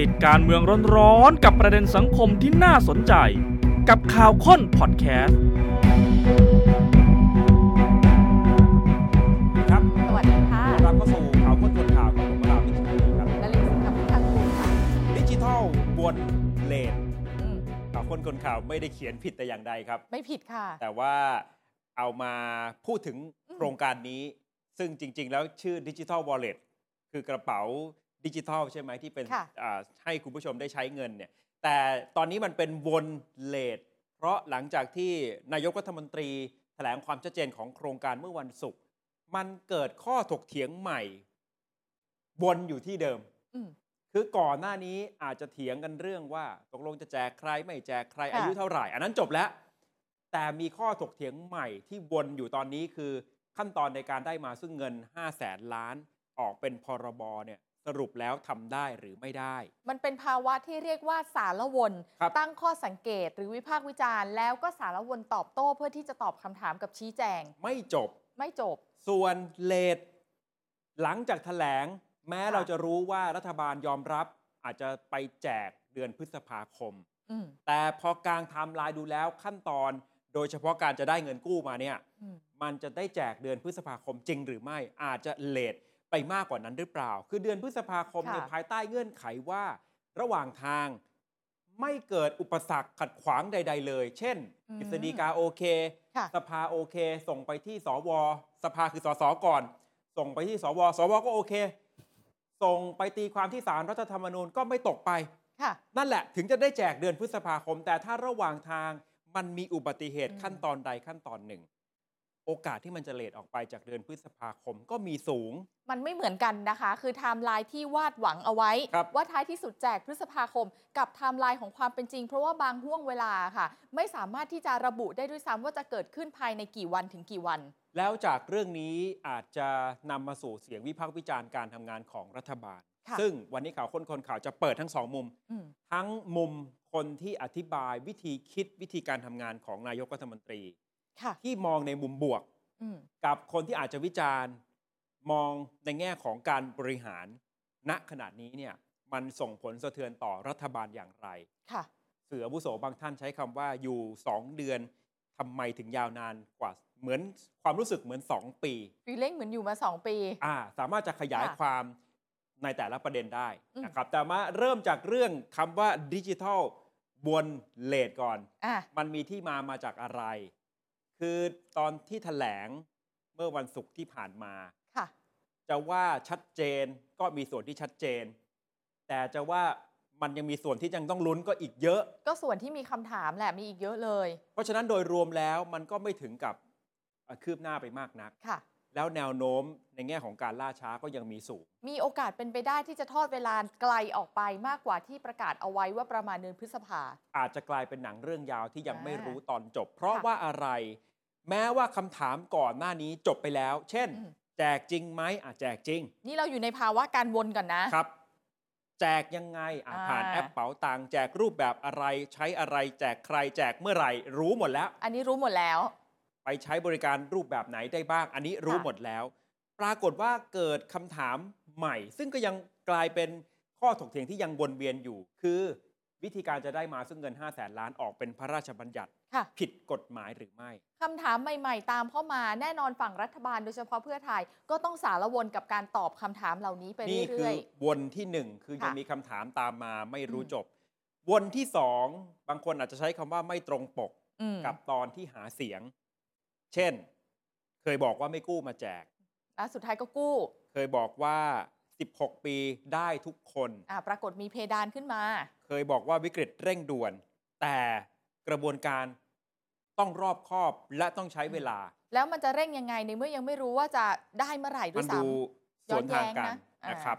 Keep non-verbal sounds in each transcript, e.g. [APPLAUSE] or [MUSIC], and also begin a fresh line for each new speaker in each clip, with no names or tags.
ติดการเมืองร้อนๆกับประเด็นสังคมที่น่าสนใจ กับข่าวค้นพอดแคสต์
ครับ
สวัสดีค่ะ
ต้อนรับเข้าสู่ข่าวค้นคนข่าวกับผมวราวิชยครับ
และลิงสิงกับอังคุณค่ะ
ดิจิทัลบนเลน
อืม
ข่าวค้นคนข่าวไม่ได้เขียนผิดแต่อย่างใดครับ
ไม่ผิดค่ะ
แต่ว่าเอามาพูดถึงโครงการนี้ ซึ่งจริง ๆ แล้วชื่อดิจิทัล Wallet คือกระเป๋าดิจิทัลใช่ไหมที่เป็น
ค่ะ
อ่าให้คุณผู้ชมได้ใช้เงินเนี่ย แต่ตอนนี้มันเป็นวนเลทเพราะหลังจากที่นายกรัฐมนตรีแถลงความชัดเจนของโครงการเมื่อวันศุกร์ มันเกิดข้อถกเถียงใหม่ วนอยู่ที่เดิม
อืม
คือก่อนหน้านี้อาจจะเถียงกันเรื่องว่าตกลงจะแจกใครไม่แจกใคร
ค่ะ
อายุเท่าไหร่ อันนั้นจบแล้ว แต่มีข้อถกเถียงใหม่ที่วนอยู่ตอนนี้คือขั้นตอนในการได้มาซึ่งเงิน 5 0 0แสนล้านออกเป็นพรบเนี่ยสรุปแล้วทำได้หรือไม่ได้
มันเป็นภาวะที่เรียกว่าสารวน
ครับ
ตั้งข้อสังเกตหรือวิพากษ์วิจารณ์ แล้วก็สารวนตอบโต้เพื่อที่จะตอบคำถามกับชี้แจง
ไม่จบ
ไม่จบ
ส่วนเลทหลังจากถแถลง แม้
ค่ะ
เราจะรู้ว่ารัฐบาลยอมรับ อาจจะไปแจกเดือนพฤษภาคม
อืม
แต่พอกลางไทม์ไลน์ดูแล้วขั้นตอน โดยเฉพาะการจะได้เงินกู้มาเนี่ย
อืม
มันจะได้แจกเดือนพฤษภาคมจริงหรือไม่ อาจจะเลทไปมากกว่านั้นหรือเปล่า คือเดือนพฤษภาคมเนี่ยภายใต้เงื่อนไขว่า ระหว่างทางไม่เกิดอุปสรรคขัดขวางใด ๆ เลย เช่นกฤษฎีกาโอเค
ค่ะ
สภาโอเค ส่งไปที่สว สภาคือสสก่อน ส่งไปที่สว สวก็โอเค ส่งไปตีความที่ศาลรัฐธรรมนูญก็ไม่ตกไป
ค่ะ
นั่นแหละถึงจะได้แจกเดือนพฤษภาคม แต่ถ้าระหว่างทางมันมีอุบัติเหตุ
อืม
ขั้นตอนใดขั้นตอนหนึ่ง โอกาสที่มันจะเลทออกไปจากเดือนพฤษภาคมก็มีสูง
มันไม่เหมือนกันนะคะ คือไทม์ไลน์ที่วาดหวังเอาไว้
ครับ
ว่าท้ายที่สุดแจกพฤษภาคม กับไทม์ไลน์ของความเป็นจริง เพราะว่าบางห่วงเวลาค่ะ ไม่สามารถที่จะระบุได้ด้วยซ้ำว่าจะเกิดขึ้นภายในกี่วันถึงกี่วัน
แล้วจากเรื่องนี้อาจจะนำมาสู่เสียงวิพากษ์วิจารณ์การทำงานของรัฐบาล
ค่ะ
ซึ่งวันนี้ข่าวคนคนข่าวจะเปิดทั้งสองมุม
อืม
ทั้งมุมคนที่อธิบายวิธีคิดวิธีการทำงานของนายกรัฐมนตรี
ค่ะ
ที่มองในมุมบวก
อืม
กับคนที่อาจจะวิจารณ์มองในแง่ของการบริหาร ณขณะนี้เนี่ยมันส่งผลสะเทือนต่อรัฐบาลอย่างไร
ค่ะ
เสืออาวุโสบางท่านใช้คำว่าอยู่ 2 เดือนทำไมถึงยาวนานกว่าเหมือนความรู้สึกเหมือน 2 ปี
ฟีลลิ่งเหมือนอยู่มา 2 ปี
อ่าสามารถจะขยาย
ค่ะ
ความในแต่ละประเด็นได้
อืม
นะครับแต่มาเริ่มจากเรื่องคำว่าดิจิทัลบนเลทก่อน
อ่ะ
มันมีที่มามาจากอะไร คือตอนที่ถแถลงเมื่อวันศุกร์ที่ผ่านมา
ค่ะ
จะว่าชัดเจนก็มีส่วนที่ชัดเจน แต่จะว่ามันยังมีส่วนที่ยังต้องลุ้นก็อีกเยอะ
ก็ส่วนที่มีคำถามแหละ มีอีกเยอะเลย
เพราะฉะนั้นโดยรวมแล้วมันก็ไม่ถึงกับเอ่อคืบหน้าไปมากนัก
ค่ะ
แล้วแนวโน้มในแง่ของการล่าช้าก็ยังมีสูง
มีโอกาสเป็นไปได้ที่จะทอดเวลาไกลออกไปมากกว่าที่ประกาศเอาไว้ว่าประมาณเดือนพฤษภา
อาจจะกลายเป็นหนังเรื่องยาวที่ยัง
อ่า
ไม่รู้ตอนจบ เพราะ
ค่ะ
ว่าอะไร แม้ว่าคำถามก่อนหน้านี้จบไปแล้ว เช่น
อืม
แจกจริงไหมอ่ะแจกจริง
นี่เราอยู่ในภาวะการวนก่อนนะ
ครับ แจกยังไงอ่ะ
อ่า
ผ่านแอปเป๋าตังค์แจกรูปแบบอะไร ใช้อะไร แจกใคร แจกเมื่อไหร่ รู้หมดแล้ว
อันนี้รู้หมดแล้ว
ไปใช้บริการรูปแบบไหนได้บ้าง อันนี้รู้
ค่ะ
หมดแล้ว ปรากฏว่าเกิดคำถามใหม่ ซึ่งก็ยังกลายเป็นข้อถกเถียงที่ยังวนเวียนอยู่ คือวิธีการจะได้มาซึ่งเงิน 5 0 0แสนล้านออกเป็นพระราชบัญญัติ
ค่ะ
ผิดกฎหมายหรือไม่
คำถามใหม่ๆ ตามเข้ามา แน่นอนฝั่งรัฐบาลโดยเฉพาะเพื่อไทย ก็ต้องสารวนกับการตอบคำถามเหล่านี้ไป
นี่คื
เรื่อย
วนที่หนึ่งคือ
ค่ะ
ยังมีคำถามตามมาไม่รู้
อืม
จบ วนที่สองบางคนอาจจะใช้คำว่าไม่ตรงปก
ๆอืม
กับตอนที่หาเสียง เช่น เคยบอกว่าไม่กู้มาแจก
อ่ะสุดท้ายก็กู้
เคยบอกว่า 16 ปีได้ทุกคน
อ่ะปรากฏมีเพดานขึ้นมา
เคยบอกว่าวิกฤตเร่งด่วน แต่กระบวนการต้องรอบคอบและต้องใช้เวลา
แล้วมันจะเร่งยังไงในเมื่อยังไม่รู้ว่าจะได้เมื่อไหร่ด้
มั
วน ยซ้
ดูสวนทางกัน
ย้อนแย้งนะ
นะครับ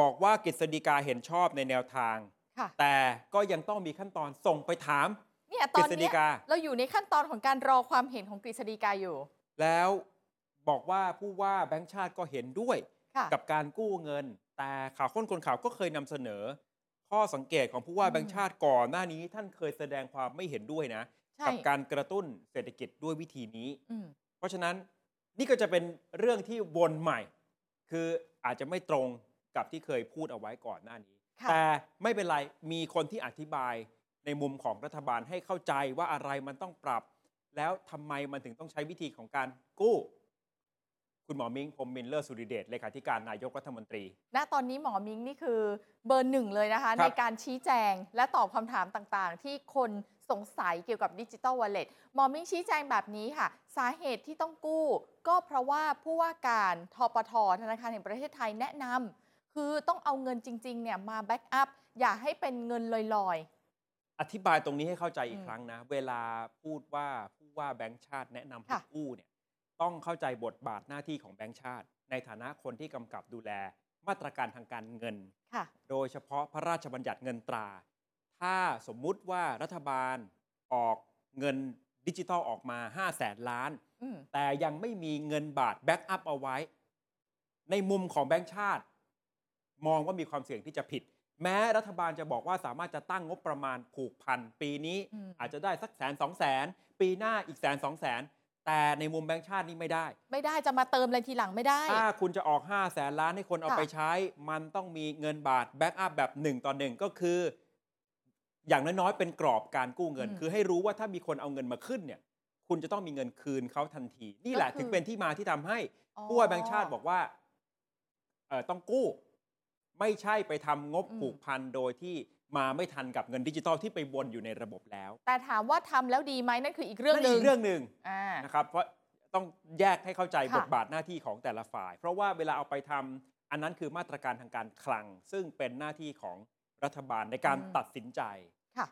บอกว่ากฤษฎีกาเห็นชอบในแนวทาง
ำค่ะ
แต่ก็ยังต้องมีขั้นตอนส่งไปถาม
เนี่ยต
ก
อ
ฤ
น
ษฎี
เนี้ย
กา
เราอยู่ในขั้นตอนของการรอความเห็นของกฤษฎีกาอยู่
แล้วบอกว่าผู้ว่าแบงค์ชาติก็เห็นด้วย
ค่ะ
กับการกู้เงิน แต่ข่าวค้นคนข่าวก็เคยนำเสนอ ข้อสังเกตของผู้ว่า
อืม
แบงค์ชาติก่อนหน้านี้ ท่านเคยแสดงความไม่เห็นด้วยนะ
ใช่
กัการกระตุ้นเศรษฐกิจด้วยวิธีนี้
อืม
เพราะฉะนั้นนี่ก็จะเป็นเรื่องที่วนใหม่ คืออาจจะไม่ตรงกับที่เคยพูดเอาไว้ก่อนหน้านี้
ค่ะ
แต่ไม่เป็นไร มีคนที่อธิบายในมุมของรัฐบาลให้เข้าใจว่าอะไรมันต้องปรับ แล้วทำไมมันถึงต้องใช้วิธีของการกู้ คุณหมอมิงพรหมมินเลอร์สุริเดชเลขาธิการนายกรัฐมนตรี
ณตอนนี้หมอมิงนี่คือเบอร์หนึ่งเลยนะคะ
ครับ
ในการชี้แจงและตอบคำถามต่างๆ ที่คนสงสัยเกี่ยวกับดิจิ t a ลวอลเล็ตหมอมิงชี้แจงแบบนี้ค่ะ สาเหตุที่ต้องกู้ ก็เพราะว่าผู้ว่าการทปทธนาคารแห่งประเทศไทยแนะนำคือต้องเอาเงินจริงๆเนี่ยมาแบ็กอัพอย่าให้เป็นเงินลอย
อธิบายตรงนี้ให้เข้าใจอี
อื
ก
ม
ครั้งนะ เวลาพูดว่าผู้ว่าแบงค์ชาติแนะนำให้
ค่ะ
กู้เนี่ยต้องเข้าใจบทบาทหน้าที่ของแบงค์ชาติ ในฐานะคนที่กำกับดูแล มาตรการทางการเงิน
ๆ ค่ะ
โดยเฉพาะพระราชบัญญัติเงินตรา ถ้าสมมุติว่ารัฐบาลออกเงินดิจิทัลออกมา 5 0 0แสนล้าน
อืม
แต่ยังไม่มีเงินบาทแบ็กอัพเอาไว้ ในมุมของแบงค์ชาติ มองว่ามีความเสี่ยงที่จะผิด แม้รัฐบาลจะบอกว่าสามารถจะตั้งงบประมาณผูกพัน ปีนี้
อืม
อาจจะได้สักแสนสองแสนปีหน้าอีกแสนสองแสนแต่ในมุมแบงค์ชาตินี่ไม่ได้
ไม่ได้จะมาเติมอะไรทีหลังไม่ได้
ถ้าคุณจะออก 5 แสนล้านให้คนเอา
ค่ะ
ไปใช้ มันต้องมีเงินบาทแบ็กอัพแบบ 1 ต่อ 1 ก็คือ อย่างน้อยๆ เป็นกรอบการกู้เงิน คือให้รู้ว่าถ้ามีคนเอาเงินมาขึ้นเนี่ย คุณจะต้องมีเงินคืนเขาทันที นี่แหละถึงเป็นที่มาที่ทำให้
อ๋อ
ผู้ว่าแบงค์ชาติบอกว่าเออต้องกู้ ไม่ใช่ไปทำงบ
อืม
ผูกพันโดยที่มาไม่ทันกับเงินดิจิทัลที่ไปวนอยู่ในระบบแล้ว
แต่ถามว่าทำแล้วดีไหมนั่นคืออีกเรื่องหนึ่ง
นั่นกเรื่องหนึ่ง
อ่า
นะครับเพราะต้องแยกให้เข้าใจ
ค่ะ
บทบาทหน้าที่ของแต่ละฝ่าย เพราะว่าเวลาเอาไปทำอันนั้นคือมาตรการทางการคลัง ซึ่งเป็นหน้าที่ของรัฐบาลในการตัดสินใจ
ค่ะ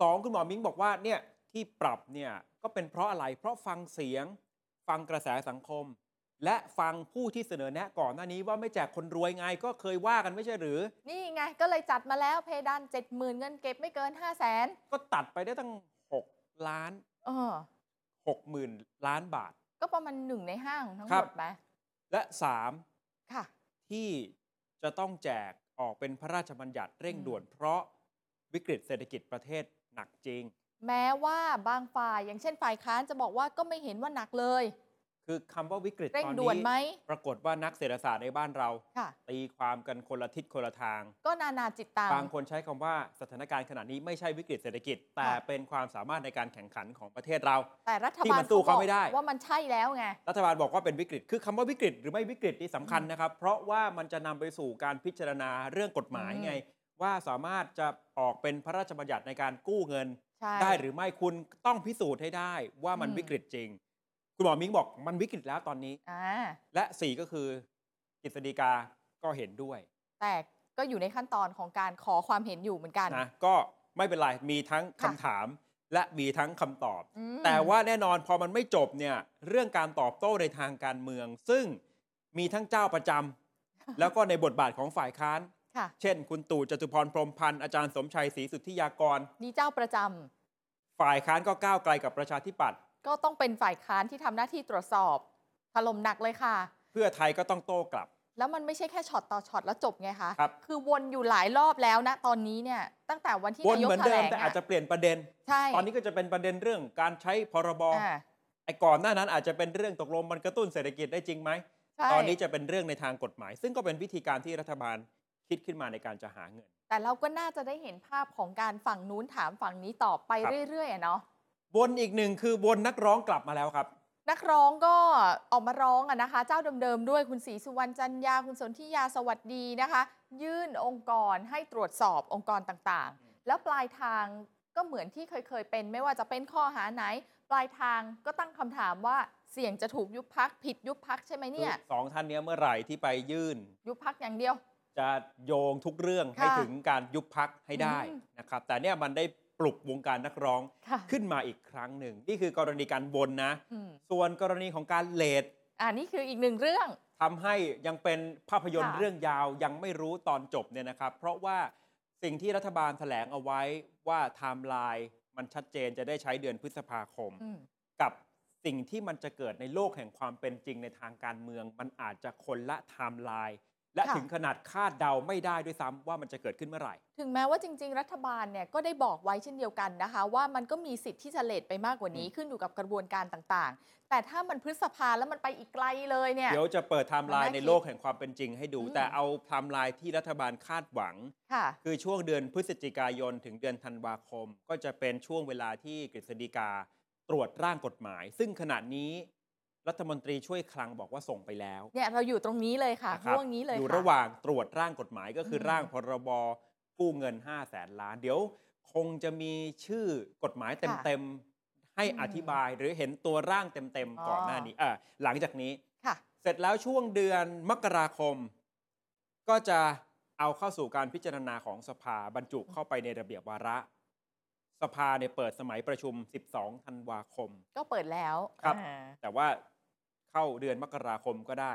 สองคุณหมอมิ้งบอกว่าเนี่ยที่ปรับเนี่ยก็เป็นเพราะอะไร เพราะฟังเสียง ฟังกระแสสังคม และฟังผู้ที่เสนอแนะก่อนหน้านี้ว่าไม่แจกคนรวยไงก็เคยว่ากันไม่ใช่หรือ
นี่ไงก็เลยจัดมาแล้วเพดาน70,000เงินเก็บไม่เกิน 5 0 0 0 0น
ก็ตัดไปได้ตั้ง 6 ล้าน
เออ
60,000 ล้านบาท
ก็ประมาณหนึ่งในห้าของทั้งห
ครั
ม
บ
ดไหม
และ 3
ค่ะ
ที่จะต้องแจกออกเป็นพระราชบัญญัติเร่ง
อืม
ด่วน เพราะวิกฤตเศรษฐกิจประเทศหนักจริง
แม้ว่าบางฝ่ายอย่างเช่นฝ่ายค้านจะบอกว่าก็ไม่เห็นว่าหนักเลย
คือคำว่าวิกฤต
เร่ง
ตอน
ด่วน
นี้
ไหม
ปรากฏว่านักเศรษฐศาสตร์ในบ้านเรา
ค่ะ
ตีความกันคนละทิศคนละทาง
ก็นานาจิตตัง
บางคนใช้คำว่าสถานการณ์ขณะนี้ไม่ใช่วิกฤตเศรษฐกิจ แต่
ค่ะ
เป็นความสามารถในการแข่งขันของประเทศเรา
แต่รัฐ
ที่
บาล
มันสู้เขาไม่ได้
บอกว่ามันใช่แล้วไง
รัฐบาลบอกว่าเป็นวิกฤต คือคำว่าวิกฤตหรือไม่วิกฤตนี่สำคัญนะครับ เพราะว่ามันจะนำไปสู่การพิจารณาเรื่องกฎหมายไง ว่าสามารถจะออกเป็นพระราชบัญญัติในการกู้เงิน
ใช่
ได้หรือไม่คุณต้องพิสูจน์ให้ได้ว่ามัน
อืม
วิกฤตจริง คุณหมอมิ้งบอกมันวิกฤตแล้วตอนนี้
อ่า
และ 4 ก็คือกฤษฎีกาก็เห็นด้วย
แต่ก็อยู่ในขั้นตอนของการขอความเห็นอยู่เหมือนกัน
นะก็ไม่เป็นไร มีทั้งคำถาม และมีทั้งคำตอบ
อืม
แต่ว่าแน่นอนพอมันไม่จบเนี่ยเรื่องการตอบโต้ในทางการเมือง ซึ่งมีทั้งเจ้าประจำแล้วก็ในบทบาทของฝ่ายค้าน
ค่ะ
เช่น คุณตู่จตุพรพรหมพันธ์อาจารย์สมชัยศรีสุทธิยากร
นี่เจ้าประจำ
ฝ่ายค้านก็ก้าวไกลกับประชาธิปัตย์
ก็ต้องเป็นฝ่ายค้านที่ทำหน้าที่ตรวจสอบถล่มหนักเลยค่ะ
เพื่อไทยก็ต้องโต้กลับ
แล้วมันไม่ใช่แค่ช็อตต่อช็อตแล้วจบไงคะ
ครับ
อวนอยู่หลายรอบแล้วนะ ตอนนี้เนี่ย ตั้งแต่วันที่
วน
นายก
เหมือน
แถ
เดิ
ล
ม
ง
แต่อาจจะ
อะ
เปลี่ยนประเด็น
ใช่
ตอนนี้ก็จะเป็นประเด็นเรื่องการใช้พรบ
อ่า
ไอ้ก่อนหน้านั้นอาจจะเป็นเรื่องตกลงมันกระตุ้นเศรษฐกิจได้จริงไหม
ใช่
ตอนนี้จะเป็นเรื่องในทางกฎหมาย ซึ่งก็เป็นวิธีการที่รัฐบาลคิดขึ้นมาในการจะหาเงิน
แต่เราก็น่าจะได้เห็นภาพของการฝั่งนู้นถามฝั่งนี้ตอบไป
ครับ
เรื่อยๆอะเนาะ
วนอีกหนึ่งคือวนนักร้องกลับมาแล้วครับ
นักร้องก็ออกมาร้องอะนะคะ เจ้าเดิมๆด้วยคุณศรีสุวรรณจันยาคุณสนธิยาสวัสดีนะคะ ยื่นองค์กรให้ตรวจสอบองค์กรต่างๆ แล้วปลายทางก็เหมือนที่เคยๆเป็น ไม่ว่าจะเป็นข้อหาไหน ปลายทางก็ตั้งคำถามว่าเสี่ยงจะถูกยุบพักผิดยุบพักใช่ไหม
คื
เนี่ย
สองท่านเนี้ยเมื่อไหร่ที่ไปยื่น
ยุบพักอย่างเดียว
จะโยงทุกเรื่อง
ค่ะ
ให้ถึงการยุบพักให้ได้
อืม
นะครับ แต่เนี่ยมันได้ปลุกวงการนักร้อง
ค่ะ
ขึ้นมาอีกครั้งหนึ่งนี่คือกรณีการวนนะ
อืม
ส่วนกรณีของการเลท
อ่านี่คืออีกหนึ่งเรื่อง
ทำให้ยังเป็นภาพยนตร์
ค่ะ
เรื่องยาวยังไม่รู้ตอนจบเนี่ยนะครับ เพราะว่าสิ่งที่รัฐบาลแถลงเอาไว้ว่าไทม์ไลน์มันชัดเจนจะได้ใช้เดือนพฤษภาคม
อืม
กับสิ่งที่มันจะเกิดในโลกแห่งความเป็นจริงในทางการเมือง มันอาจจะคนละไทม์ไลน์ และ
ค่ะ
ถึงขนาดคาดเดาไม่ได้ด้วยซ้ำว่ามันจะเกิดขึ้นเมื่อไหร่
ถึงแม้ว่าจริง ๆ รัฐบาลเนี่ยก็ได้บอกไว้เช่นเดียวกันนะคะ ว่ามันก็มีสิทธิ์ที่จะเลทไปมากกว่านี้ขึ้นอยู่กับกระบวนการต่างๆ แต่ถ้ามันพฤษภาแล้วมันไปอีกไกลเลยเนี่ย
เดี๋ยวจะเปิดไทม์ไล
มัน
น์
น่า
ใน
คิด
โลกแห่งความเป็นจริงให้ดู
อืม
แต่เอาไทม์ไลน์ที่รัฐบาลคาดหวัง
ค่ะ
คือช่วงเดือนพฤศจิกายนถึงเดือนธันวาคม ก็จะเป็นช่วงเวลาที่กฤษฎีกาตรวจร่างกฎหมาย ซึ่งขณะนี้รัฐมนตรีช่วยคลังบอกว่าส่งไปแล้ว
เนี่ยเราอยู่ตรงนี้เลยค่ะ
นะครับ
ห่วงนี้เลย
อยู่
ค่
ระหว่างตรวจร่างกฎหมายก็คืออ
ม
ร่างพรบกู้เงิน 5 0 0แสนล้าน เดี๋ยวคงจะมีชื่อกฎหมาย
ค่ะ
เต็มๆให้
อืม
อธิบายหรือเห็นตัวร่างเต็ม
อ๋อ
ๆก่อนหน้านี้อ่ะหลังจากนี้
ค่ะ
เสร็จแล้วช่วงเดือนมกราคม ก็จะเอาเข้าสู่การพิจารณาของสภาบรรจุเข้าไปในระเบียบวาระ สภาเนี่ยเปิดสมัยประชุม 12 ธันวาคม
ก็เปิดแล้ว
ครับ
อ่า
แต่ว่าเข้าเดือนมกราคมก็ได้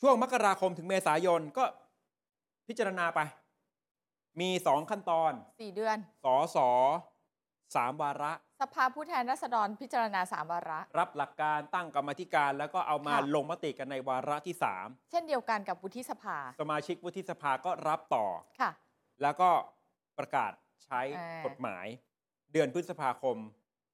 ช่วงมกราคมถึงเมษายนก็พิจารณาไป มี 2 ขั้นตอน
สี่เดือน
สอสอสามวาระ
สภาผู้แทนราษฎรพิจารณาสามวาระ
รับหลักการตั้งกรรมธิการ แล้วก็เอามา
ค่ะ
ลงมติกันในวาระที่ 3
เช่นเดียวกันกับวุฒิสภา
สมาชิกวุฒิสภาก็รับต่อ
ค่ะ
แล้วก็ประกาศใช้
อ่าก
ฎหมาย เดือนพฤษภาคม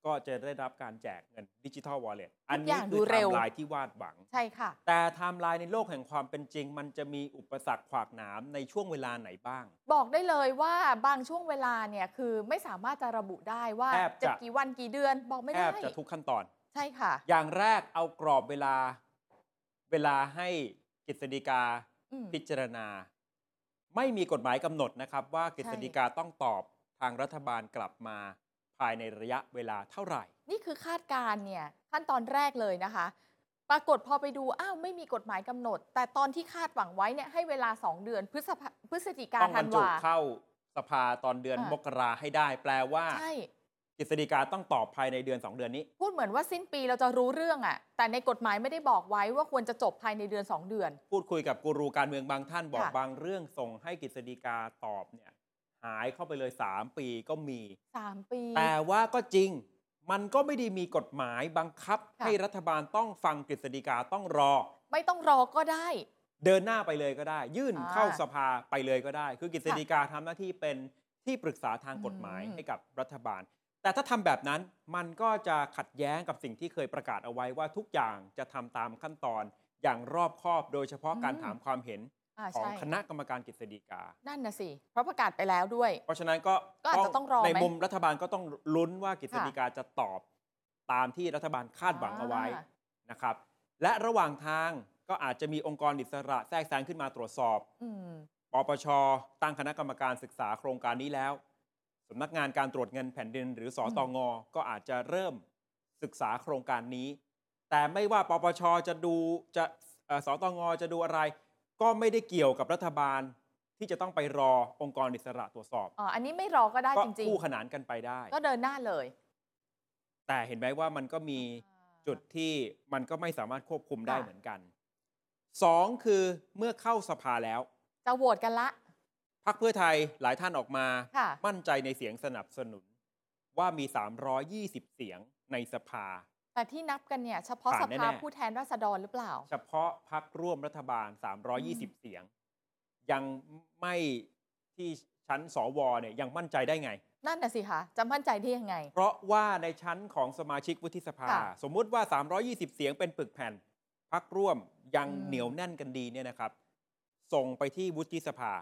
ก็จะได้รับการแจกเงินดิจิทัลวอลเล็ตอัน
ทุกอ
นี้
ย่าง
คื
ดู
อไท
เร็ว
ม์ไลน์ที่วาดหวัง
ใช่ค่ะ
แต่ไทม์ไลน์ในโลกแห่งความเป็นจริง มันจะมีอุปสรรคขวากหนามในช่วงเวลาไหนบ้าง
บอกได้เลยว่าบางช่วงเวลาเนี่ยคือไม่สามารถจะระบุได้ว่า
แทบจะ
จะกี่วันกี่เดือนบอกไม่
แท
ได้
บจะทุกขั้นตอน
ใช่ค่ะ
อย่างแรกเอากรอบเวลาเวลาให้กฤษฎีกา
อืม
พิจารณา ไม่มีกฎหมายกำหนดนะครับว่ากฤษฎีกาต้องตอบทางรัฐบาลกลับมาภายในระยะเวลาเท่าไหร่
นี่คือคาดการณ์เนี่ยขั้นตอนแรกเลยนะคะ ปรากฏพอไปดูอ้าวไม่มีกฎหมายกำหนด แต่ตอนที่คาดหวังไว้เนี่ยให้เวลา 2 เดือนพฤษภาพฤศจิกา
ต้องบ
ธัน
รรจุ
วา
เข้าสภาตอนเดือน
อ่าม
มกราให้ได้ แปลว่า
ใช่
กฤษฎีกาต้องตอบภายในเดือน 2 เดือนนี้
พูดเหมือนว่าสิ้นปีเราจะรู้เรื่องอะแต่ในกฎหมายไม่ได้บอกไว้ว่าควรจะจบภายในเดือนสองเดือน
พูดคุยกับกูรูการเมืองบางท่านบอก
ค่ะ
บางเรื่องส่งให้กฤษฎีกาตอบเนี่ยหายเข้าไปเลย 3 ปีก็มี
สามปี
แต่ว่าก็จริง มันก็ไม่ได้มีกฎหมายบังคับ
ค่ะ
ให้รัฐบาลต้องฟังกฤษฎีกาต้องรอ
ไม่ต้องรอก็ได้
เดินหน้าไปเลยก็ได้ ยื่น
อ่า
เข้าสภาไปเลยก็ได้ คือกฤษฎีกาทำหน้าที่เป็นที่ปรึกษาทางกฎหมาย
อืม
ให้กับรัฐบาล แต่ถ้าทำแบบนั้นมันก็จะขัดแย้งกับสิ่งที่เคยประกาศเอาไว้ว่าทุกอย่างจะทำตามขั้นตอนอย่างรอบคอบ โดยเฉพาะการถามความเห็น
อ่า
ของ
ใช่
คณะกรรมการกฤษฎีกา
นั่นนะสิ เพราะประกาศไปแล้วด้วย
เพราะฉะนั้นก็
ก็อาจจะต้องรอไหม
ในมุมรัฐบาลก็ต้องลุ้นว่ากฤษฎีกาจะตอบตามที่รัฐบาลคาดหวังเอาไว้
อ่า
นะครับ และระหว่างทางก็อาจจะมีองค์กรอิสระแทรกแซงขึ้นมาตรวจสอบ
อืม
ปปช ตั้งคณะกรรมการศึกษาโครงการนี้แล้วสำนักงานการตรวจเงินแผ่นดิน หรือสอตองอก็อาจจะเริ่มศึกษาโครงการนี้ แต่ไม่ว่าปปช จะดูจะเอ่อสอตองอจะดูอะไร ก็ไม่ได้เกี่ยวกับรัฐบาลที่จะต้องไปรอองค์กรอิสระตรวจสอบ
อ๋อ อันนี้ไม่รอก็ได้
ก็
จริง
คู่ขนานกันไปได้
ๆ ก็เดินหน้าเลย
แต่เห็นไหมว่ามันก็มีจุดที่มันก็ไม่สามารถควบคุมได้
ค่ะ
เหมือนกันสองคือเมื่อเข้าสภาแล้ว
จะโหวตกันละ
พรรคเพื่อไทยหลายท่านออกมา
ค่ะ
มั่นใจในเสียงสนับสนุนว่ามี 320 เสียงในสภา
แต่ที่นับกันเนี่ย เฉพาะส
ผ่านแน่
ภา
ๆ
ผู้แทนราษฎรหรือเปล่า
เฉพาะพักร่วมรัฐบาล 320 เสียง ยังไม่ที่ชั้นสวเนี่ยยังมั่นใจได้ไง
นั่นน่ะสิคะจะมั่นใจได้ยังไง
เพราะว่าในชั้นของสมาชิกวุฒิสภา
ค่ะ
สมมุติว่า 320 เสียงเป็นปึกแผ่น พักร่วมยัง
อืม
เหนียวแน่นกันดีเนี่ยนะครับ ส่งไปที่วุฒิสภา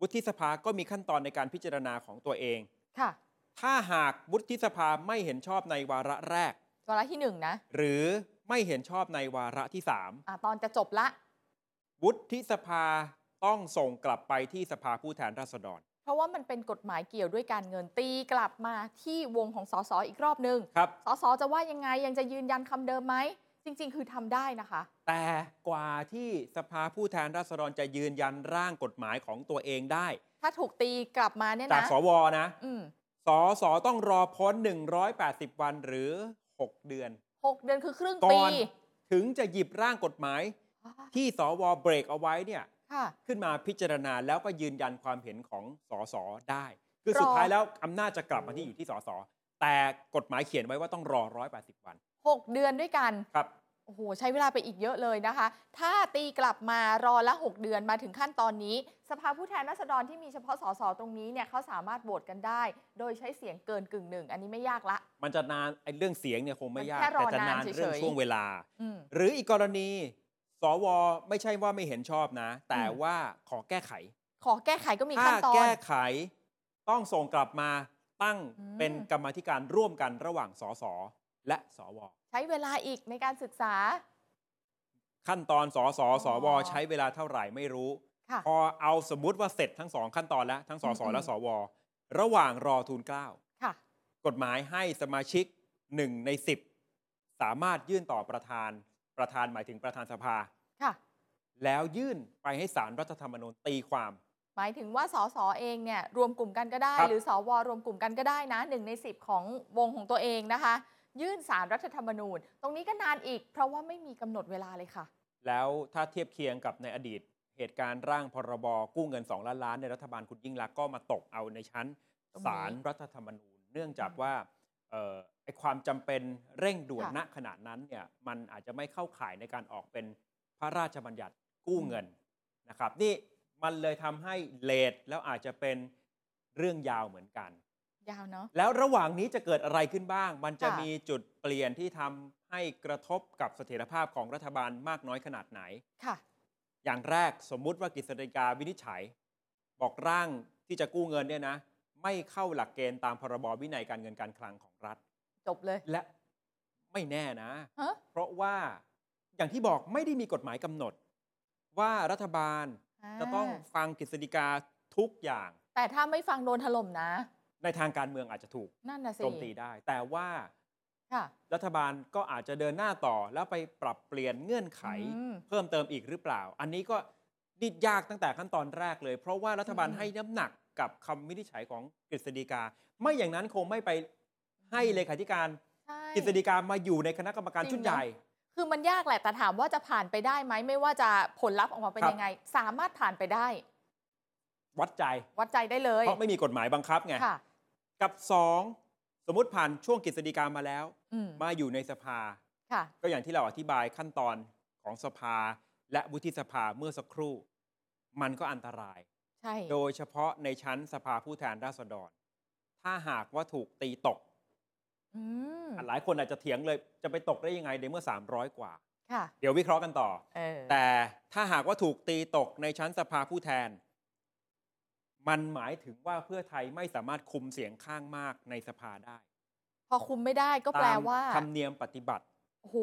วุฒิสภาก็มีขั้นตอนในการพิจารณาของตัวเอง
ค่ะ
ถ้าหากวุฒิสภาไม่เห็นชอบในวาระแรก
วาระที่หนึ่งนะ
หรือไม่เห็นชอบในวาระที่
อ่ะตอนจะจบละ
3 วุฒิสภาต้องส่งกลับไปที่สภาผู้แทนราษฎร
เพราะว่ามันเป็นกฎหมายเกี่ยวด้วยการเงินตีกลับมาที่วงของสสอีกรอบหนึ่ง
ครับ
สสจะว่ายังไงยังจะยืนยันคำเดิมไหม จริง ๆ คือทำได้นะคะ
แต่กว่าที่สภาผู้แทนราษฎรจะยืนยันร่างกฎหมายของตัวเองได้
ถ้าถูกตีกลับมาเนี่ย
จาก
นะ
สวนะ
อืม
สสต้องรอพ้น 180 วันหรือ 6 เดือน
หกเดือนคือครึ่งปี
ก่อนถึงจะหยิบร่างกฎหมาย
ว้า
ที่สวเบรกเอาไว้เนี่ย
ค่ะ
ขึ้นมาพิจารณาแล้วก็ยืนยันความเห็นของสสได้ คือ
รอ
สุดท้ายแล้วอำนาจจะกลับมาที่อยู่ที่สสแต่กฎหมายเขียนไว้ว่าต้องรอ 180 วัน
หกเดือนด้วยกัน
ครับ
โ โอ้โหใช้เวลาไปอีกเยอะเลยนะคะ ถ้าตีกลับมารอละ 6 เดือนมาถึงขั้นตอนนี้ สภาผู้แทนราษฎรที่มีเฉพาะสสตรงนี้เนี่ยเขาสามารถโหวตกันได้ โดยใช้เสียงเกินกึ่งหนึ่ง อันนี้ไม่ยากละ
มันจะนานไอ้เรื่องเสียงเนี่ยคงไม่ยาก
มันแค่รอ
แต่จะนาน
นานเฉยๆ
เรื่องช่วงเวลา
อืม
หรืออีกกรณีสวไม่ใช่ว่าไม่เห็นชอบนะ แต่
อืม
ว่าขอแก้ไข
ขอแก้ไขก็มี
ถ้า
ขั้นตอน
แก้ไขต้องส่งกลับมาตั้ง
อืม
เป็นกรรมาธิการร่วมกันระหว่างสสและสว
ใช้เวลาอีกในการศึกษา
ขั้นตอนสสสว
อ๋อ
ใช้เวลาเท่าไหร่ไม่รู้
ค่ะ
พอเอาสมมุติว่าเสร็จทั้งสองขั้นตอนแล้ว ทั้งสส
อืม
และสว ระหว่างรอทูลเกล้า
ค่ะ
กฎหมายให้สมาชิกหนึ่งใน 10 สามารถยื่นต่อประธานประธานหมายถึงประธานสภา
ค่ะ
แล้วยื่นไปให้สารรัฐธรรมนูญตีความ
หมายถึงว่าสสเองเนี่ยรวมกลุ่มกันก็ได้
ครับ
หรือสวรวมกลุ่มกันก็ได้นะหนึ่งใน 10 ของวงของตัวเองนะคะ ยื่นสารรัฐธรรมนูญ ตรงนี้ก็นานอีก เพราะว่าไม่มีกำหนดเวลาเลยค่ะ
แล้วถ้าเทียบเคียงกับในอดีต เหตุการณ์ร่างพรบกู้เงิน 2 ล้านล้านในรัฐบาลคุณยิ่งลักษณ์ก็มาตกเอาในชั้น
ตรงนี้
ศาลรรัฐธรรมนูญ เนื่องจากว่าเอ่อไอความจำเป็นเร่งด่วน
ค่ะ
ณขณะนั้นเนี่ยมันอาจจะไม่เข้าข่ายในการออกเป็นพระราชบัญญัติกู้เงินนะครับนี่มันเลยทำให้เลทแล้วอาจจะเป็นเรื่องยาวเหมือนกัน
ยาวเนาะ
แล้วระหว่างนี้จะเกิดอะไรขึ้นบ้าง มันจะ
ค่ะ
มีจุดเปลี่ยนที่ทำให้กระทบกับเสถียรภาพของรัฐบาลมากน้อยขนาดไหน
ค่ะ
อย่างแรกสมมุติว่ากฤษฎีกาวินิจฉัย บอกร่างที่จะกู้เงินเนี่ยนะ ไม่เข้าหลักเกณฑ์ตามพรบวินัยการเงินการคลังของรัฐ
จบเลย
และไม่แน่นะ
ฮะ
เพราะว่าอย่างที่บอกไม่ได้มีกฎหมายกำหนด ว่ารัฐบาลจะต้อง
อ่า
ฟังกฤษฎีกาทุกอย่าง
แต่ถ้าไม่ฟังโดนถล่มนะ
ในทางการเมืองอาจจะถูก
นั่นน่ะสิ
โจมตีได้ แต่ว่า
ค่ะ
รัฐบาลก็อาจจะเดินหน้าต่อ แล้วไปปรับเปลี่ยนเงื่อนไข
อืม
เพิ่มเติมอีกหรือเปล่า อันนี้ก็ดิดยากตั้งแต่ขั้นตอนแรกเลย เพราะว่ารัฐบาล
อืม
ให้น้ำหนักกับคำวินิจฉัยของกฤษฎีกา ไม่อย่างนั้นคงไม่ไปให้เลขาธิการ
ใช่
กฤษฎีกามาอยู่ในคณะกรรมการ
จริง
ชุดใหญ่
คือมันยากแหละ แต่ถามว่าจะผ่านไปได้ไหม ไม่ว่าจะผลลัพธ์ออกมาเป็น
ครับ
ยังไง สามารถผ่านไปได้
วัดใจ
วัดใจได้เลย
เพราะไม่มีกฎหมายบังคับไง
ค่ะ
กับสองสมมติผ่านช่วงกฤษฎีกามาแล้ว
อืม
มาอยู่ในสภา
ค่ะ
ก็อย่างที่เราอธิบายขั้นตอนของสภา และวุฒิสภาเมื่อสักครู่ มันก็อันตราย
ใช่
โดยเฉพาะในชั้นสภาผู้แทนราษฎร ถ้าหากว่าถูกตีตก
อืม
หลายคนอาจจะเถียงเลย จะไปตกได้ยังไงในเมื่อ 300 กว่า
ค่ะ
เดี๋ยววิเคราะห์กันต่อ
เออ
แต่ถ้าหากว่าถูกตีตกในชั้นสภาผู้แทน มันหมายถึงว่าเพื่อไทยไม่สามารถคุมเสียงข้างมากในสภาได้
พอคุมไม่ได้ก็แปลว่า
ตมธรรมเนียมปฏิบัติ
โอ้โห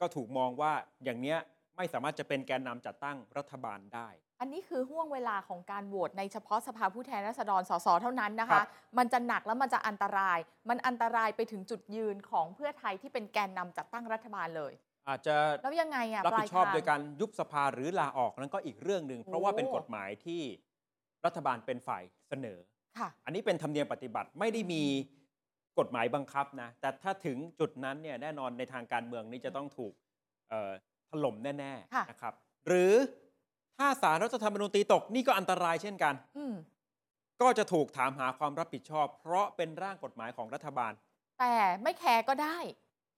ก็ถูกมองว่าอย่างเนี้ยไม่สามารถจะเป็นแกนนำจัดตั้งรัฐบาลได้
อันนี้คือห่วงเวลาของการโหวตในเฉพาะสภาผู้แทนราษฎรสสเท่านั้นนะ
ครั
คะ
บ
มันจะหนักแล้วมันจะอันตราย มันอันตรายไปถึงจุดยืนของเพื่อไทยที่เป็นแกนนำจัดตั้งรัฐบาลเลย
อาจจะ
แล้วยังไงอะ
รับ
ปลา
ผิ
ย
ดชอบ
ทาง
โดยการยุบสภาหรือลาออกนั้นก็อีกเรื่องหนึ่ง
โอ้
เพราะว่าเป็นกฎหมายที่รัฐบาลเป็นฝ่ายเสนอ
ค่ะ
อันนี้เป็นธรรมเนียมปฏิบัติไม่ได้มีกฎหมายบังคับนะ แต่ถ้าถึงจุดนั้นเนี่ยแน่นอนในทางการเมืองนี่จะต้องถูกเอ่อถล่มแน่
ค่ะ
ๆนะครับ หรือถ้าสารรัฐธรรมนูญตีตกนี่ก็อันตรายเช่นกัน
อืม
ก็จะถูกถามหาความรับผิดชอบ เพราะเป็นร่างกฎหมายของรัฐบาล
แต่ไม่แคร์ก็ได้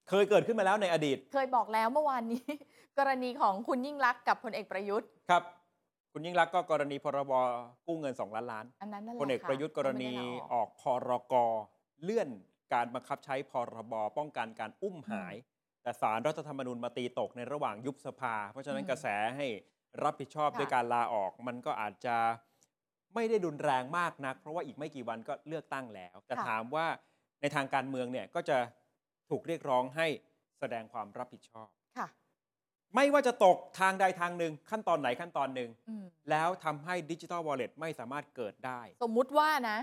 เคยเกิดขึ้นมาแล้วในอดีต
เคยบอกแล้วเมื่อวานนี้ กรณีของคุณยิ่งรักษณ์กับพลเอกประยุทธ์
ครับ คุณยิ่งรักษณ์ก็กรณีพรบกู้เงิน 2 ล้านล้าน
อันนั้นนั่นแหละ
พลเอก
ค่
ประยุทธ์กรณี
ที่ไม่ได้ลาอ
อ
อก
อกพรกเลื่อนการบังคับใช้พรบป้องกันการอุ้มหาย แต่สารรัฐธรรมนูญมาตีตกในระหว่างยุบสภา เพราะฉะนั้น
อืม
กระแสให้รับผิดชอบ
ค่ะ
ด้วยการลาออก มันก็อาจจะไม่ได้ดุนแรงมากนัก เพราะว่าอีกไม่กี่วันก็เลือกตั้งแล้ว แต่ถามว่าในทางการเมืองเนี่ยก็จะถูกเรียกร้องให้แสดงความรับผิดชอบ
ค่ะ
ไม่ว่าจะตกทางใดทางหนึ่ง ขั้นตอนไหนขั้นตอนหนึ่ง
อืม
แล้วทำให้ดิจิทัลวอลเล็ตไม่สามารถเกิดได้
สมมุติว่านะ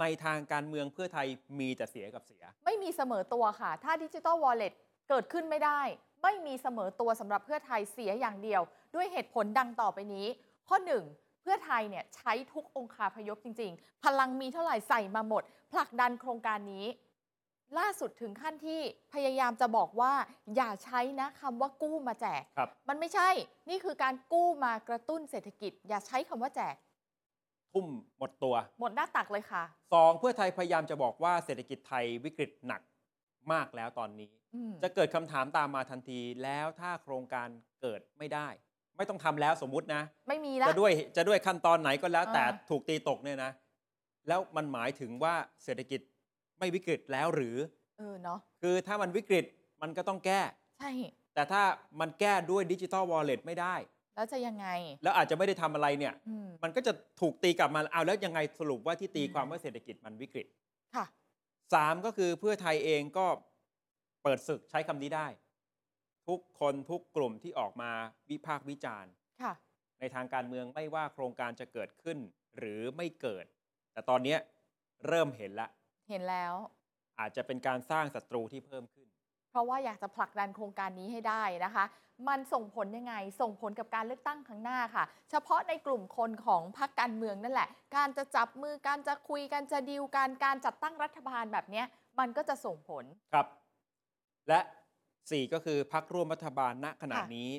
ในทางการเมืองเพื่อไทยมีแต่เสียกับเสีย
ไม่มีเสมอตัวค่ะ ถ้าดิจิ t a ลวอลเล็ตเกิดขึ้นไม่ได้ ไม่มีเสมอตัวสำหรับเพื่อไทยเสียอย่างเดียว ด้วยเหตุผลดังต่อไปนี้ ข้อ 1 เพื่อไทยเนี่ยใช้ทุกองคาพยพจริง ๆ พลังมีเท่าไหร่ใส่มาหมด ผลักดันโครงการนี้ ล่าสุดถึงขั้นที่พยายามจะบอกว่า อย่าใช้นะคำว่ากู้มาแจก
ครับ
มันไม่ใช่ นี่คือการกู้มากระตุ้นเศรษฐกิจ อย่าใช้คำว่าแจก
ทุ่มหมดตัว
หมดหน้าตักเลยค่ะ
สองเพื่อไทยพยายามจะบอกว่าเศรษฐกิจไทยวิกฤตหนัก มากแล้วตอนนี้
อืม
จะเกิดคำถามตามมาทันทีแล้วถ้าโครงการเกิดไม่ได้ ไม่ต้องทำแล้วสมมุตินะ
ไม่มีละ
จะด้วยจะด้วยขั้นตอนไหนก็แล้วแต่
อ่า
ถูกตีตกเนี่ยนะ แล้วมันหมายถึงว่าเศรษฐกิจไม่วิกฤตแล้วหรือ
เออเนาะ
คือถ้ามันวิกฤตมันก็ต้องแก้
ใช่
แต่ถ้ามันแก้ด้วยดิจิทัลวอลเล็ตไม่ได้
แล้วจะยังไง
แล้วอาจจะไม่ได้ทำอะไรเนี่ย
อืม
มันก็จะถูกตีกลับมาเอาแล้วยังไงสรุปว่าที่ตี
อืม
ความว่าเศรษฐกิจมันวิกฤต
ค่ะ
สามก็คือเพื่อไทยเองก็เปิดศึกใช้คำนี้ได้ ทุกคนทุกกลุ่มที่ออกมาวิพากษ์วิจารณ์
ค่ะ
ในทางการเมืองไม่ว่าโครงการจะเกิดขึ้นหรือไม่เกิด แต่ตอนเนี้ยเริ่มเห็นละ
เห็นแล้ว
อาจจะเป็นการสร้างศัตรูที่เพิ่มขึ้น
เพราะว่าอยากจะผลักดันโครงการนี้ให้ได้นะคะ มันส่งผลยังไง ส่งผลกับการเลือกตั้งครั้งหน้าค่ะ เฉพาะในกลุ่มคนของพรรคการเมืองนั่นแหละ การจะจับมือ การจะคุย การจะดีลการการจัดตั้งรัฐบาลแบบเนี้ย มันก็จะส่งผล
ครับ และ 4 ก็คือพักร่วมรัฐบาลณขณะ
ค่ะ
นี้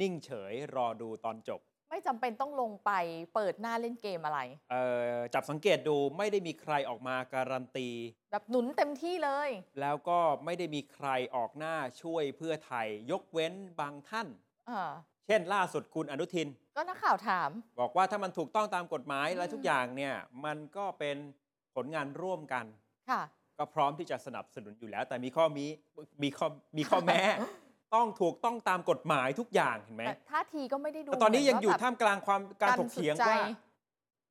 นิ่งเฉยรอดูตอนจบ
ไม่จำเป็นต้องลงไปเปิดหน้าเล่นเกมอะไร
เอ่อจับสังเกตดูไม่ได้มีใครออกมาการันตี
แบบหนุนเต็มที่เลย
แล้วก็ไม่ได้มีใครออกหน้าช่วยเพื่อไทย ยกเว้นบางท่าน
อ่า
เช่น ล่าสุดคุณอนุทิน
ก็นักข่าวถาม
บอกว่าถ้ามันถูกต้องตามกฎหมายและ
อืม
ทุกอย่างเนี่ย มันก็เป็นผลงานร่วมกัน
ค่ะ
ก็พร้อมที่จะสนับสนุนอยู่แล้ว แต่มีข้อมีมีข้อมีข้อแม้
[LAUGHS]
ต้องถูกต้องตามกฎหมายทุกอย่างเห็นไหม
แต่ท่าทีก็ไม่ได้ดู
แต่ตอนนี้ยังอยู่
เหมืนว่
ท่ามกลางความการถกเถียง
สุด
ว่า
ใจ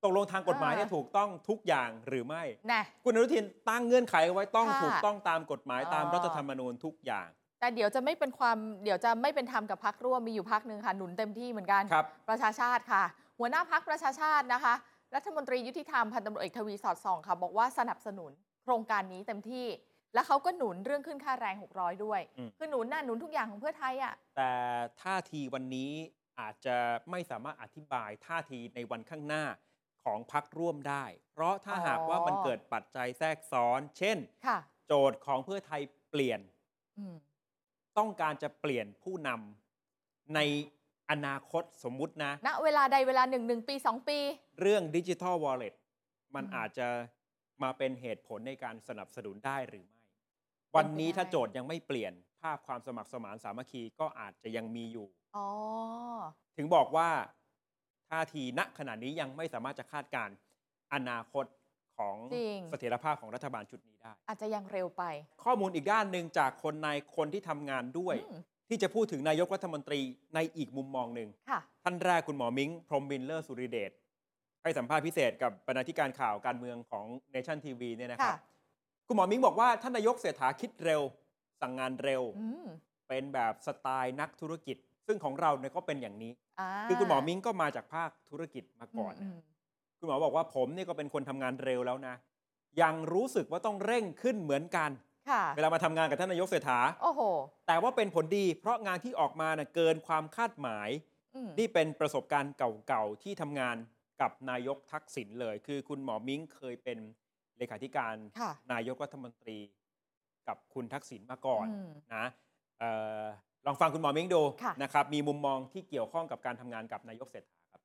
ตกลงทางกฎหมายเนี่ย
อ่า
ถูกต้องทุกอย่างหรือไม่
นะ
คุณอนุทินตั้งเงื่อนไขเอาไว้ต้อง
ค่ะ
ถูกต้องตามกฎหมาย
อ๋อ
ตามรัฐธรรมนูญทุกอย่าง
แต่เดี๋ยวจะไม่เป็นความเดี๋ยวจะไม่เป็นธรรมกับพักร่วมมีอยู่พักหนึ่งค่ะหนุนเต็มที่เหมือนกัน
ครับ
ประชาชาติค่ะ หัวหน้าพักประชาชาตินะคะ รัฐมนตรียุติธรรมพันตำรวจเอกทวีสอดส่องค่ะ บอกว่าสนับสนุนโครงการนี้เต็มที่ แล้วเขาก็หนุนเรื่องขึ้นค่าแรง 600 ด้วย
อืม
คือหนุนน่ะหนุนทุกอย่างของเพื่อไทยอ่ะ
แต่ท่าทีวันนี้อาจจะไม่สามารถอธิบายท่าทีในวันข้างหน้าของพักร่วมได้ เพราะถ้าหากว่ามันเกิดปัจจัยแทรกซ้อน เช่น
ค่ะ
โจทย์ของเพื่อไทยเปลี่ยน
อืม
ต้องการจะเปลี่ยนผู้นำในอนาคตสมมุตินะ
ณเวลาใดเวลาหนึ่งหนึ่งปีสองปี
เรื่องดิจิทัลวอลเล็ตมัน
อืม
อาจจะมาเป็นเหตุผลในการสนับสนุนได้หรือไม่ วันนี้
เป็นไปได้
ถ้าโจทย์ยังไม่เปลี่ยน ภาพความสมัครสมานสามัคคีก็อาจจะยังมีอยู่
อ๋อ
ถึงบอกว่าท่าทีณขณะนี้ยังไม่สามารถจะคาดการณ์อนาคตของ
จริง
เสถียรภาพของรัฐบาลชุดนี้ได้
อาจจะยังเร็วไป
ข้อมูลอีกด้านหนึ่งจากคนในคนที่ทำงานด้วย
อืม
ที่จะพูดถึงนายกรัฐมนตรีในอีกมุมมองหนึ่ง
ค่ะ
ท่านแรกคุณหมอมิง้งพรหมบินเลอร์สุริเดชให้สัมภาษณ์พิเศษกับบรรณาธิการข่าวการเมืองของเนชั่นทีวีเนี่ยนะครับ
ค่ะ
คุณหมอมิ้งบอกว่าท่านนายกเศรษฐาคิดเร็ว สั่งงานเร็ว
อืม
เป็นแบบสไตล์นักธุรกิจ ซึ่งของเราเนี่ยก็เป็นอย่างนี้
อ่า
คือคุณหมอมิ้งก็มาจากภาคธุรกิจมาก่อน
อื
นะ
ม
คุณหมอบอกว่าผมเนี่ยก็เป็นคนทำงานเร็วแล้วนะ ยังรู้สึกว่าต้องเร่งขึ้นเหมือนกัน
ค่ะ
เวลามาทำงานกับท่านนายกเศรษฐา
โอ้โห
แต่ว่าเป็นผลดี เพราะงานที่ออกมาน่ะเกินความคาดหมาย
อืม
นี่เป็นประสบการณ์เก่าๆ ที่ทำงานกับนายกทักษิณเลย คือคุณหมอมิ้งเคยเป็นเลขาธิการ
ค่ะ
นายกรัฐมนตรี กับคุณทักษิณมาก่อน
อืม
นะเออลองฟังคุณหมอมิ้งดู
ค่ะ
นะครับ มีมุมมองที่เกี่ยวข้องกับการทำงานกับนายกเศรษฐาครับ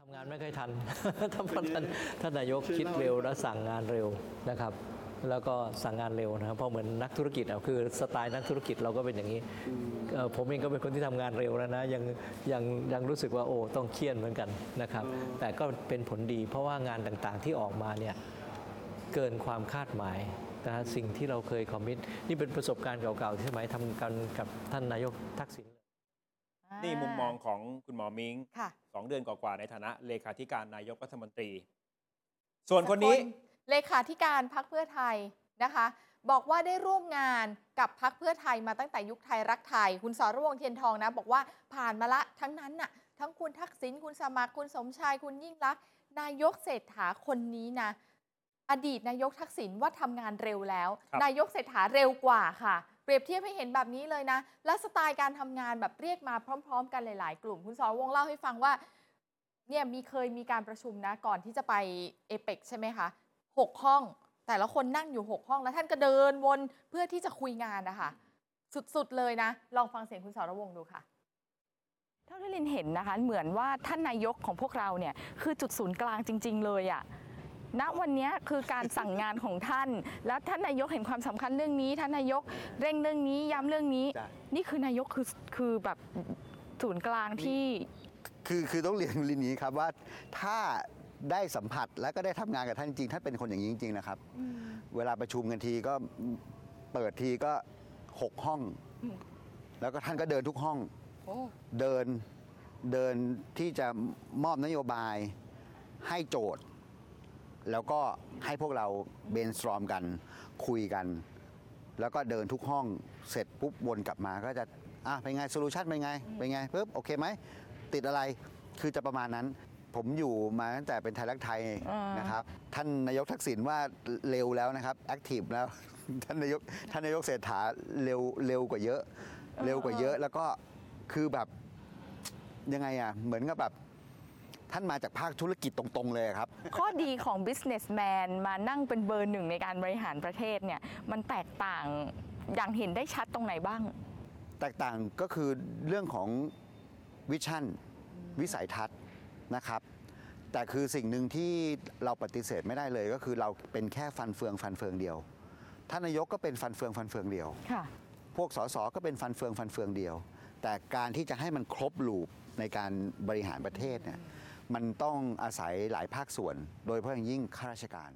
ทำงานไม่ค่อยทัน [LAUGHS] ท่านท่านท่านนายกคิดเร็วและสั่งงานเร็วนะครับ แล้วก็สั่งงานเร็วนะครับ เพราะเหมือนนักธุรกิจอะคือสไตล์นักธุรกิจเราก็เป็นอย่างนี้เอ่อผมเองก็เป็นคนที่ทำงานเร็วแล้วนะ ยังยังยังรู้สึกว่าโอ้ต้องเครียดเหมือนกันนะครับ แต่ก็เป็นผลดีเพราะว่างานต่างๆที่ออกมาเนี่ย เกินความคาดหมายนะฮะสิ่งที่เราเคยคอมมิตนี่เป็นประสบการณ์เก่าๆที่สมัยทำกันกับท่านนายกทักษิณ
นี่มุมมองของคุณหมอมิ้ง
ค่ะ
สองเดือนกว่าๆ ในฐานะเลขาธิการนายกรัฐมนตรี ส่วนคนนี้
สกลเลขาธิการพักเพื่อไทยนะคะ บอกว่าได้ร่วมงานกับพักเพื่อไทยมาตั้งแต่ยุคไทยรักไทย คุณสรวงศ์เทียนทองนะ บอกว่าผ่านมาละทั้งนั้นน่ะ ทั้งคุณทักษิณคุณสมัครคุณสมชายคุณยิ่งรักษณ์นายกเศรษฐาคนนี้นะ อดีตนายกทักษิณว่าทำงานเร็วแล้ว
ครับ
นายกเศรษฐาเร็วกว่าค่ะ เปรียบเทียบให้เห็นแบบนี้เลยนะ และสไตล์การทำงานแบบเรียกมาพร้อม ๆ กันหลายๆ กลุ่ม คุณสรวงศ์เล่าให้ฟังว่า เนี่ยมีเคยมีการประชุมนะก่อนที่จะไปเอเปกใช่ไหมคะหกห้อง แต่ละคนนั่งอยู่ 6 ห้องแล้วท่านก็เดินวนเพื่อที่จะคุยงานนะคะ สุด ๆ เลยนะ ลองฟังเสียงคุณสรวงศ์ดูค่ะ
เท่าที่ลินเห็นนะคะ เหมือนว่าท่านนายกของพวกเราเนี่ย คือจุดศูนย์กลางจริง ๆ เลยอะ ณวันเนี้ยคือการสั่งงานของท่าน แล้วท่านนายกเห็นความสำคัญเรื่องนี้ ท่านนายกเร่งเรื่องนี้ย้ำเรื่องนี้
จ้ะ
นี่คือนายกคือคือแบบศูนย์กลางที่
คือคือต้องเรียนลินอย่างนี้ครับว่าถ้าได้สัมผัสและก็ได้ทำงานกับท่านจริงท่านเป็นคนอย่างนี้จริง ๆ นะครับ เวลาประชุมกันทีก็เปิดทีก็หกห้อง แล้วก็ท่านก็เดินทุกห้อง
โอ้
เดินเดินที่จะมอบนโยบายให้โจทย์ แล้วก็ให้พวกเราเบนสตรอมกันคุยกัน แล้วก็เดินทุกห้องเสร็จปุ๊บวนกลับมาก็จะอ่ะเป็นไงโซลูชันเป็นไงเป็นไงปุ๊บโอเคไหมติดอะไรคือจะประมาณนั้น ผมอยู่มาตั้งแต่เป็นไทยรักไทยนะครับท่านนายกทักษิณว่าเร็วแล้วนะครับแอคทีฟแล้ว [LAUGHS] ท่านนายกท่านนายกเศรษฐาเร็วเร็วกว่าเยอะ เร็วกว่าเยอะแล้วก็คือแบบ ยังไงอ่ะ เหมือนกับแบบ ท่านมาจากภาคธุรกิจตรงๆเลยอะครับ
ข้อดีของ businessman มานั่งเป็นเบอร์หนึ่งในการบริหารประเทศเนี่ยมันแตกต่างอย่างเห็นได้ชัดตรงไหนบ้าง
แตกต่างก็คือเรื่องของวิชั่นวิสัยทัศน์นะครับ แต่คือสิ่งหนึ่งที่เราปฏิเสธไม่ได้เลยก็คือเราเป็นแค่ฟันเฟืองฟันเฟืองเดียว ท่านนายกก็เป็นฟันเฟืองฟันเฟืองเดียว
ค่ะ
พวกสสก็เป็นฟันเฟืองฟันเฟืองเดียว แต่การที่จะให้มันครบลูปในการบริหารประเทศเนี่ยมันต้องอาศัยหลายภาคส่วน โดยเฉพาะอย่างยิ่งข้าราชการ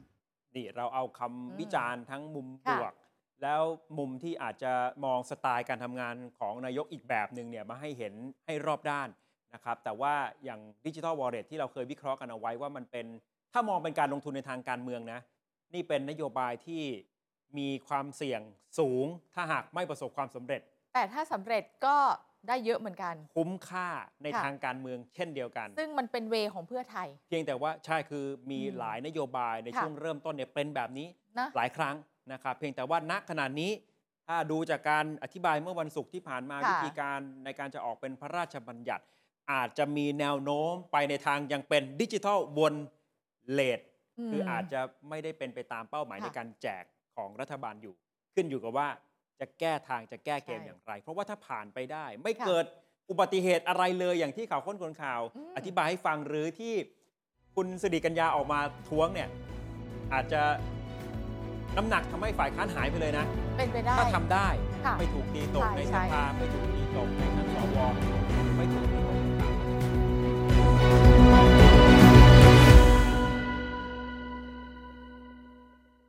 นี่เราเอาคำวิจารณ์ทั้งมุมบ
ค่ะ
วก แล้วมุมที่อาจจะมองสไตล์การทำงานของนายกอีกแบบหนึ่งเนี่ยมาให้เห็นให้รอบด้านนะครับ แต่ว่าอย่างดิจิทัลวอลเล็ตที่เราเคยวิเคราะห์กันเอาไว้ว่ามันเป็น ถ้ามองเป็นการลงทุนในทางการเมืองนะ นี่เป็นนโยบายที่มีความเสี่ยงสูง ถ้าหากไม่ประสบความสำเร็จ
แต่ถ้าสำเร็จก็ได้เยอะเหมือนกัน
คุ้มค่าใน
ค่ะ
ทางการเมืองเช่นเดียวกัน
ซึ่งมันเป็นเวของเพื่อไทย
เพียงแต่ว่าใช่คือมี
อืม
หลายนโยบายใน
ค่ะ
ช่วงเริ่มต้นเนี่ยเป็นแบบนี้
นะ
หลายครั้งนะครับเพียงแต่ว่าณขณะนี้ ถ้าดูจากการอธิบายเมื่อวันศุกร์ที่ผ่านมา
ค่ะ
วิธีการในการจะออกเป็นพระราชบัญญัติ อาจจะมีแนวโน้มไปในทางยังเป็นดิจิทัลวนเลทคืออาจจะไม่ได้เป็นไปตามเป้าหมายในการแจกของรัฐบาลอยู่ ขึ้นอยู่กับว่าจะแก้ทางจะแก้เกม
ใช่
อย่างไร เพราะว่าถ้าผ่านไปได้ ไม่
ค่ะ
เกิดอุบัติเหตุอะไรเลยอย่างที่ข่าวค้นคนข่าว
อืม
อธิบายให้ฟังหรือที่คุณสิริกัญญาออกมาท้วงเนี่ยอาจจะน้ำหนักทำให้ฝ่ายค้านหายไปเลยนะ
เป็นไปได้
ถ้าทำได้
ค่ะ
ไม่ถูกตีตก
ใช่
ในส
ใช่
ภาไม่ถูกตีตกในชั้นสวไม่ถูกตีตก